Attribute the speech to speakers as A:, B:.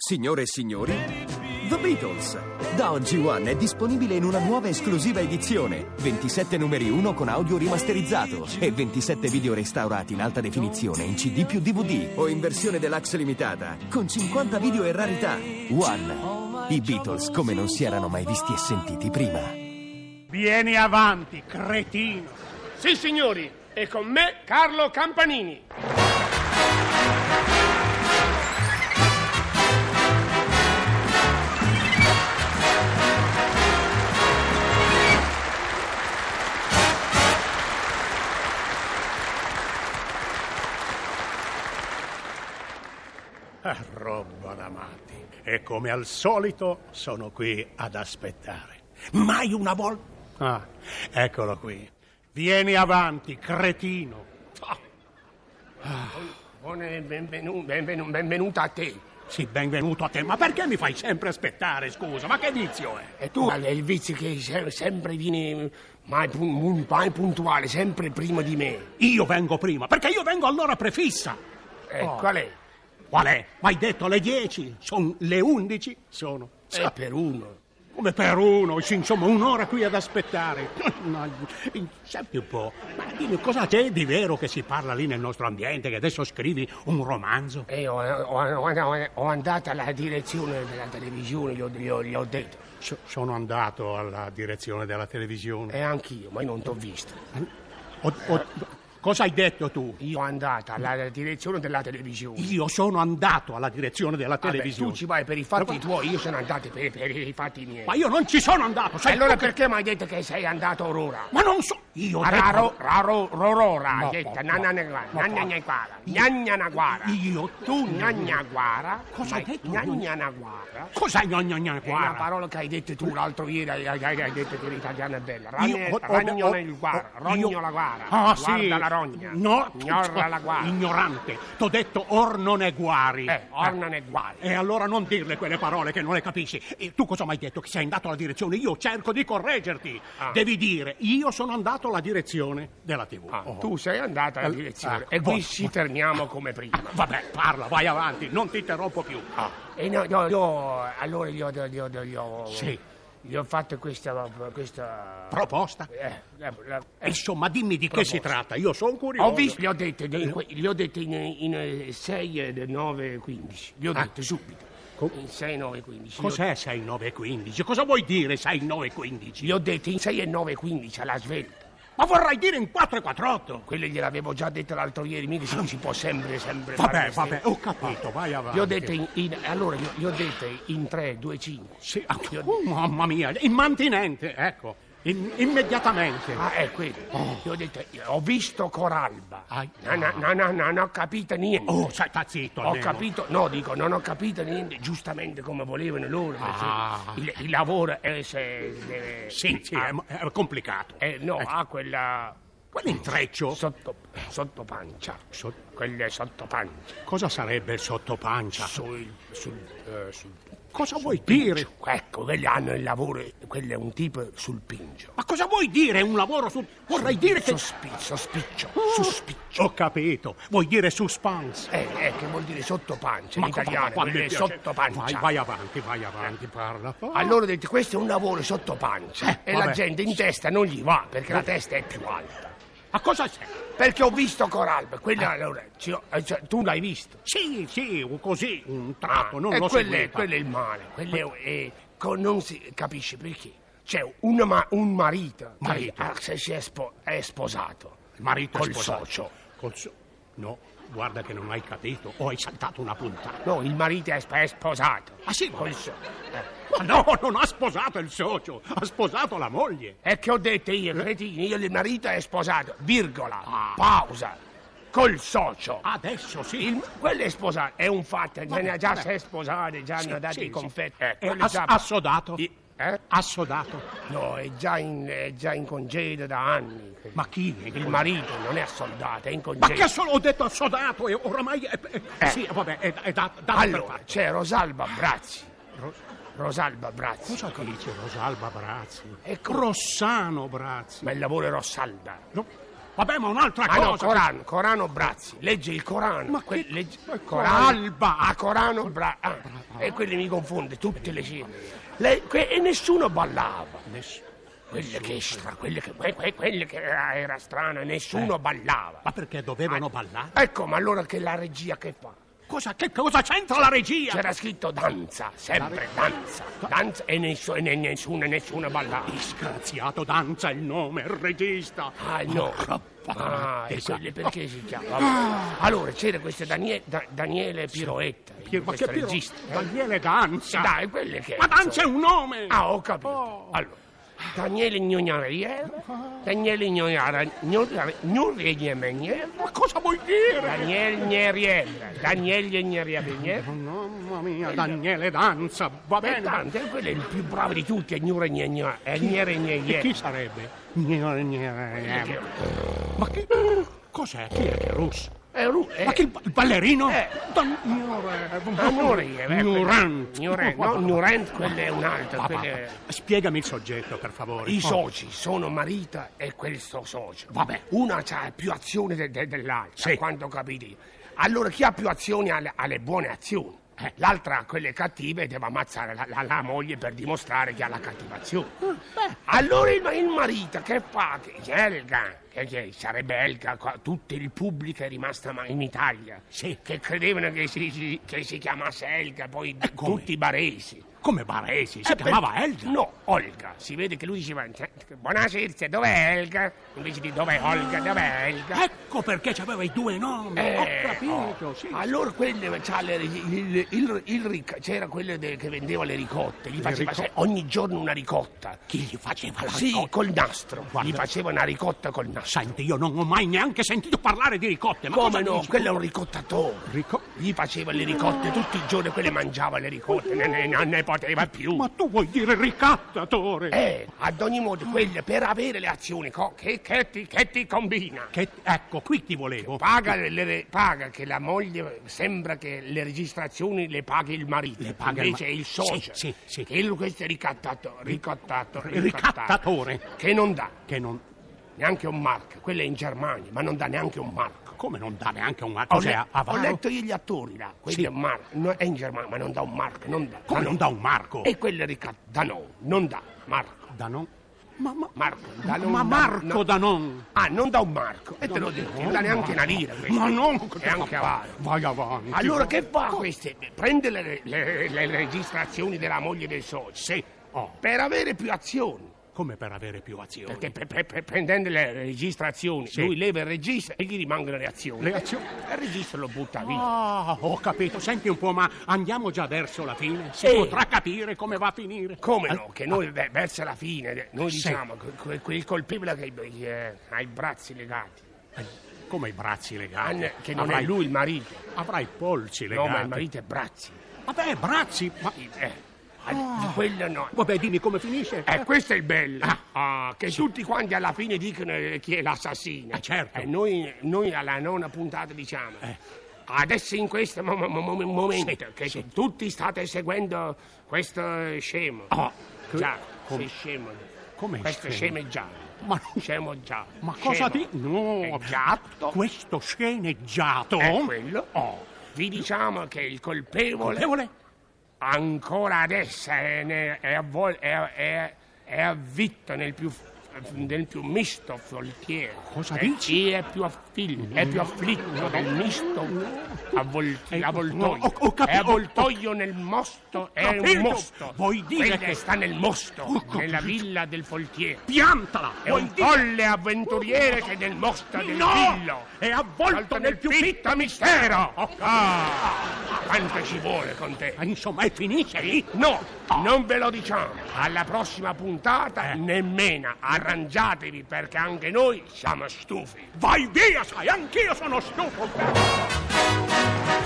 A: Signore e signori, The Beatles! Da oggi One è disponibile in una nuova esclusiva edizione. 27 numeri 1 con audio rimasterizzato e 27 video restaurati in alta definizione in CD più DVD o in versione deluxe limitata con 50 video e rarità. One. I Beatles come non si erano mai visti e sentiti prima.
B: Vieni avanti, cretino.
C: Sì, signori, e con me Carlo Campanini.
B: Ah, roba da matti. E come al solito sono qui ad aspettare. Mai una volta. Ah, eccolo qui. Vieni avanti, cretino. Ah,
C: Buone e benvenu- benvenu- benvenuta a te.
B: Sì, benvenuto a te. Ma perché mi fai sempre aspettare, scusa? Ma che vizio è?
C: E tu, Ale, il vizio che se- sempre vieni mai, pun- mun- mai puntuale, sempre prima di me.
B: Io vengo prima, perché io vengo all'ora prefissa.
C: E
B: Oh.
C: Eh, qual è?
B: Qual è? M'hai detto le 10, sono le 11, sono.
C: È Eh, per uno.
B: Come per uno, sì, insomma, un'ora qui ad aspettare. No, senti un po', ma dimmi cosa c'è di vero che si parla lì nel nostro ambiente, che adesso scrivi un romanzo?
C: E io ho, ho- ho- ho andato alla direzione della televisione, gli ho, gli ho- gli ho detto.
B: So- sono andato alla direzione della televisione.
C: E anch'io, ma io non t'ho visto.
B: Ho- ho- cosa hai detto tu?
C: Io ho andato alla direzione della televisione.
B: Io sono andato alla direzione della
C: Vabbè,
B: televisione.
C: tu ci vai per i
B: Ma-
C: fatti tuoi, io sono andato per, per i fatti miei.
B: Ma io non ci sono andato,
C: E
B: sai?
C: allora
B: tu che-
C: perché mi hai detto che sei andato ora?
B: Ma non so. Io. ho detto-
C: Raro, raro, rorora,
B: Ma
C: hai detto,
B: papà, ma papà.
C: nananaguara, nananaguara,
B: Io, tu.
C: nananaguara,
B: Cosa hai detto?
C: Nananaguara.
B: Cos'hai gna gna gna
C: È una
B: guarda?
C: parola che hai detto tu l'altro ieri, hai, hai- hai detto che l'italiano è bella.
B: Io- ho- ho- ho-
C: Ragnola il guara,
B: ho-
C: rogno
B: io-
C: la guara,
B: Ah,
C: guarda
B: sì.
C: la rogna,
B: No,
C: gnorra la guara.
B: Ignorante. T'ho detto or non è guari.
C: Eh, orna ne guari.
B: E allora non dirle quelle parole che non le capisci. E tu cosa mi hai detto? Che sei andato alla direzione? Io cerco di correggerti.
C: Ah.
B: Devi dire, io sono andato alla direzione della TV.
C: Ah,
B: Oh.
C: Tu sei andato alla
B: Eh,
C: direzione
B: ecco,
C: e qui
B: buono,
C: ci torniamo come prima. Ah.
B: Vabbè, parla, vai avanti, non ti interrompo più.
C: E no, no, io, allora io, io, io, io, io-
B: Sì.
C: gli ho fatto questa... questa
B: Proposta?
C: eh, la- la- eh,
B: Insomma, dimmi di che si tratta, io sono curioso.
C: ho visto, gli ho detto, in que- gli ho detto in, eh, in 6, 9, 15. Gli ho detto subito.
B: Ah. Co-
C: in 6, 9, 15.
B: Cos'è 6915? Cosa vuoi dire 6915?
C: Gli ho detto in 6 e 9, 15 alla svelta.
B: Ma vorrai dire in 448.
C: Quello gliel'avevo già detto l'altro ieri, mica si, si può sempre, sempre
B: Vabbè,
C: fare
B: vabbè, Oh.
C: queste-
B: ho capito, vai avanti.
C: Gli ho detto in, in- allora, gli ho- gli ho detto in 3, 2, 5.
B: Sì, ah, oh, mamma mia, immantinente, ecco, in- immediatamente.
C: Ah, è quello. Io ho detto, io ho visto Coralba.
B: Oh. Ai-
C: No, no, no, no, no, non ho capito niente.
B: Oh, stai sta zitto
C: Ho
B: almeno.
C: capito, no, dico, non ho capito niente, giustamente come volevano loro. perché
B: Ah.
C: Il, il lavoro è se- eh,
B: Sì, Ecco. sì, è, è complicato.
C: eh, no, ha quella
B: Quell'intreccio,
C: sotto, sottopancia.
B: Sot-
C: Quella sottopancia.
B: cosa sarebbe il sottopancia?
C: Sul, sul, eh, sul
B: cosa vuoi dire?
C: Ecco, quelli hanno il lavoro, quello è un tipo sul pingio.
B: Ma cosa vuoi dire un lavoro su... Vorrei dire che...
C: Sospi- sospiccio,
B: Uh!
C: sospiccio.
B: Ho capito, vuoi dire suspense.
C: Eh, eh, che vuol dire sottopancia in
B: come-
C: italiano,
B: quando
C: quello è
B: ti piace.
C: sottopancia.
B: Vai,
C: Eh.
B: vai avanti, vai avanti, parla.
C: Allora dite, questo è un lavoro sottopancia
B: Eh,
C: e la
B: vabbè.
C: gente in testa non gli va perché la testa è più alta.
B: Ma cosa c'è?
C: Perché ho visto Coralba, quella allora, ci ho- eh, cioè, tu l'hai visto.
B: Sì, sì, così, un tratto, non
C: Ah, e
B: lo
C: quello è,
B: seguita.
C: quello è il male, quello è- è- co- non si capisce perché. C'è un, ma- un marito, che
B: Marito.
C: ha- se si è, spo- è sposato
B: Il marito
C: col
B: è sposato.
C: socio.
B: Col so- No, guarda che non hai capito, o hai saltato una puntata.
C: No, il marito è, sp- è sposato.
B: Ah, sì?
C: Col socio. Eh.
B: Ma no, non ha sposato il socio, ha sposato la moglie.
C: E che ho detto io, cretini, io il marito è sposato, virgola,
B: Ah.
C: pausa, col socio.
B: Adesso sì.
C: Il- quello è sposato, è un fatto, già, ne ha già
B: vabbè.
C: sei sposate, già
B: Sì,
C: hanno dato
B: sì,
C: i
B: sì.
C: confetti.
B: Eh,
C: Eh, quello
B: ass-
C: già-
B: assodato.
C: I- eh?
B: Assodato.
C: No, è già, in, è già in congedo da anni.
B: Ma chi?
C: Il marito non è assoldato, è in
B: Ma
C: congedo.
B: che solo ho detto assodato e oramai... è- è-
C: Eh.
B: Sì, vabbè, è, è da, da
C: allora, c'è Rosalba Brazzi,
B: Ros-
C: Rosalba Brazzi,
B: cosa dice Rosalba Brazzi?
C: Ecco.
B: Rossano Brazzi.
C: ma il lavoro è Rosalba.
B: No, Vabbè, ma un'altra
C: Ma
B: cosa.
C: no, Corano, Corano Brazzi, legge il Corano.
B: Ma
C: Que-
B: che-
C: legge-
B: ma
C: Corano-
B: Alba.
C: Ah, Corano Brazzi. e quelli mi confonde, tutte le cifre. Le- que- e nessuno ballava.
B: Ness-
C: Quelle che, stra- quelle che, que- que- quelle che era, era strana, nessuno ballava.
B: Eh. Ma perché dovevano ballare?
C: Ecco, ma allora che la regia che fa?
B: Cosa, che cosa c'entra la regia?
C: C'era scritto danza, sempre danza, danza e nessu- e ne- nessuno, nessuno ballava.
B: Disgraziato danza il nome, il regista.
C: Ah no, ah, e quelle perché si chiama? Allora c'era questo Danie- Da- Daniele Piroetta,
B: Chi- Ma
C: questo
B: che Piero?
C: regista.
B: Daniele danza.
C: Dai, quelle che...
B: Ma danza è un nome.
C: Ah, ho capito.
B: Oh.
C: Allora, Daniele Gnognaria, Daniele Gnognaria, Gnognaria Menier,
B: Ma cosa vuol dire?
C: Daniele Gneriella, Daniele Gneriella Menier.
B: Mamma mia, Daniele danza, va
C: E
B: bene.
C: tanto, e quello è il più bravo di tutti, è Gnure Gnegna, è Gnere
B: E chi
C: Gnegna.
B: sarebbe? Gnere, gnere, gnere. Ma che... Cos'è? Chi è che è russo?
C: È Eh, ru-
B: Ma
C: è-
B: che il, ba- il ballerino?
C: Eh.
B: Dan- Gnure-
C: Ah, Nuri, eh, beh, quello-
B: Gnurant.
C: Gnure- no, Gnurant, quello è un altro.
B: Papà,
C: quello è-
B: Spiegami il soggetto, per favore.
C: eh.
B: Oh,
C: I soci sono Marita e questo socio. Vabbè. Una ha più azioni de- de- dell'altra,
B: Sì.
C: quanto capite. Allora chi ha più azioni ha le, ha le buone azioni.
B: Eh.
C: L'altra ha quelle cattive e deve ammazzare la, la- la moglie per dimostrare che ha la cattiva azione.
B: Ah,
C: Allora il, il marito che fa? Che che Elga, che, che sarebbe Elga, qua, tutto il pubblico è rimasto ma- in Italia.
B: Sì.
C: Che credevano che si, si- che si chiamasse Elga, poi
B: Eh, come?
C: tutti i baresi.
B: Come Baresi, si
C: Eh,
B: chiamava
C: per-
B: Elda.
C: No, Olga. Si vede che lui diceva "Cioè, Buonasera, dov'è Elga? Invece di dov'è Olga, dov'è Elga?
B: Ecco perché c'aveva i due nomi.
C: Eh,
B: Ecco, Ho capito,
C: oh.
B: sì.
C: Allora quello c'ha le- il, il- il- il ric- c'era quello de- che vendeva le ricotte, gli faceva
B: ricotte?
C: se- ogni giorno una ricotta.
B: Chi gli faceva la
C: sì,
B: ricotta?
C: col nastro.
B: Guarda.
C: Gli faceva una ricotta col nastro.
B: Senti, io non ho mai neanche sentito parlare di ricotte. Ma
C: Come
B: cosa
C: no?
B: dici?
C: Quello è un ricottatore.
B: Rico-
C: Gli faceva le ricotte tutti i giorni, quelle mangiava le ricotte, ne- ne- non ne poteva più.
B: Ma tu vuoi dire ricattatore?
C: Eh, ad ogni modo, quelle per avere le azioni co- che, che ti, che ti combina.
B: Che- ecco, qui ti volevo.
C: Paga, le- le re- paga che la moglie sembra che le registrazioni le paghi il marito,
B: Le paga il
C: invece
B: ma-
C: il
B: Sì,
C: socio.
B: sì, sì.
C: Che lui- questo è ricattato, ricattato,
B: Il ricattatore.
C: Che non dà
B: Che non...
C: neanche un marco, quello è in Germania, ma non dà neanche un marco.
B: Come non dà neanche un
C: Ho,
B: marco? Cioè,
C: le- ho
B: avaro?
C: letto io gli attori là, quello
B: Sì.
C: è un marco, no, è in Germania, ma non dà un marco, non dà.
B: Come
C: Da
B: non
C: no.
B: dà un marco?
C: E quello è ricattato, da no, non dà marco.
B: Da non... Ma, ma-
C: Marco, da non-
B: ma
C: da-
B: Marco
C: no.
B: Danon!
C: Ah, non da un marco. E te l'ho detto, non dà neanche una lira. questo.
B: Ma no!
C: E anche avaro.
B: Vai avanti.
C: Allora che fa queste? Prende le, le- le registrazioni della moglie del socio. Sì.
B: Oh,
C: Per avere più azioni.
B: come per avere più azioni?
C: Perché pre- pre- pre- prendendo le registrazioni,
B: Sì.
C: lui leva il registro e gli rimangono le azioni.
B: Le azioni?
C: E il registro lo butta via.
B: Ah, ho capito. Senti un po', ma andiamo già verso la fine? Si
C: Sì.
B: potrà capire come va a finire?
C: Come
B: Eh,
C: no? Che noi ve- verso la fine, eh, noi
B: Sì.
C: diciamo, que- que- quel colpevole che che, eh, ha i bracci legati,
B: eh, Come i bracci legati?
C: Anne- che non
B: avrai,
C: è lui il marito.
B: Avrai i polsi
C: No,
B: legati.
C: ma il marito è bracci.
B: Vabbè, bracci, ma...
C: Eh,
B: Ah.
C: all- quello no.
B: Vabbè, dimmi come finisce.
C: Eh, questo è il bello, ah, che tutti quanti alla fine dicono eh, chi è l'assassino.
B: Eh, certo. Eh.
C: E noi, noi alla nona puntata diciamo, adesso in questo mo- mo- mo- momento, che tutti state seguendo questo scemo.
B: Ah,
C: Oh, già,
B: come-
C: sei scemo.
B: come
C: Questo
B: scemo?
C: scemo è già.
B: Ma-
C: Scemo già.
B: Ma cosa
C: scemo.
B: ti... No,
C: Esatto.
B: questo sceneggiato... Oh,
C: È quello. Vi diciamo che il colpevole...
B: Colpevole?
C: ancora adesso è, ne- è, avvol- è, è, è avvitto nel più, f- nel più misto foltiero.
B: Cosa
C: E
B: dici?
C: Chi è più, affil- è più afflitto del misto avvolti-
B: Eh,
C: avvoltoio?
B: no, ho- ho capi-
C: è
B: ho-
C: avvoltoio nel mosto, è
B: capito.
C: un mosto.
B: Vuoi dire
C: Quello
B: che-
C: sta nel mosto,
B: Ho capito.
C: nella villa del foltiero.
B: Piantala!
C: È
B: vuol
C: un
B: dire-
C: folle avventuriere che nel mosto del
B: No!
C: villo
B: È avvolto nel più
C: fitto mistero. Ah, quanto ci vuole con te?
B: Ah, Insomma, e finisce lì?
C: No, non ve lo diciamo. Alla prossima puntata
B: Eh.
C: nemmeno. Arrangiatevi perché anche noi siamo stufi.
B: Vai via, sai, anch'io sono stufo!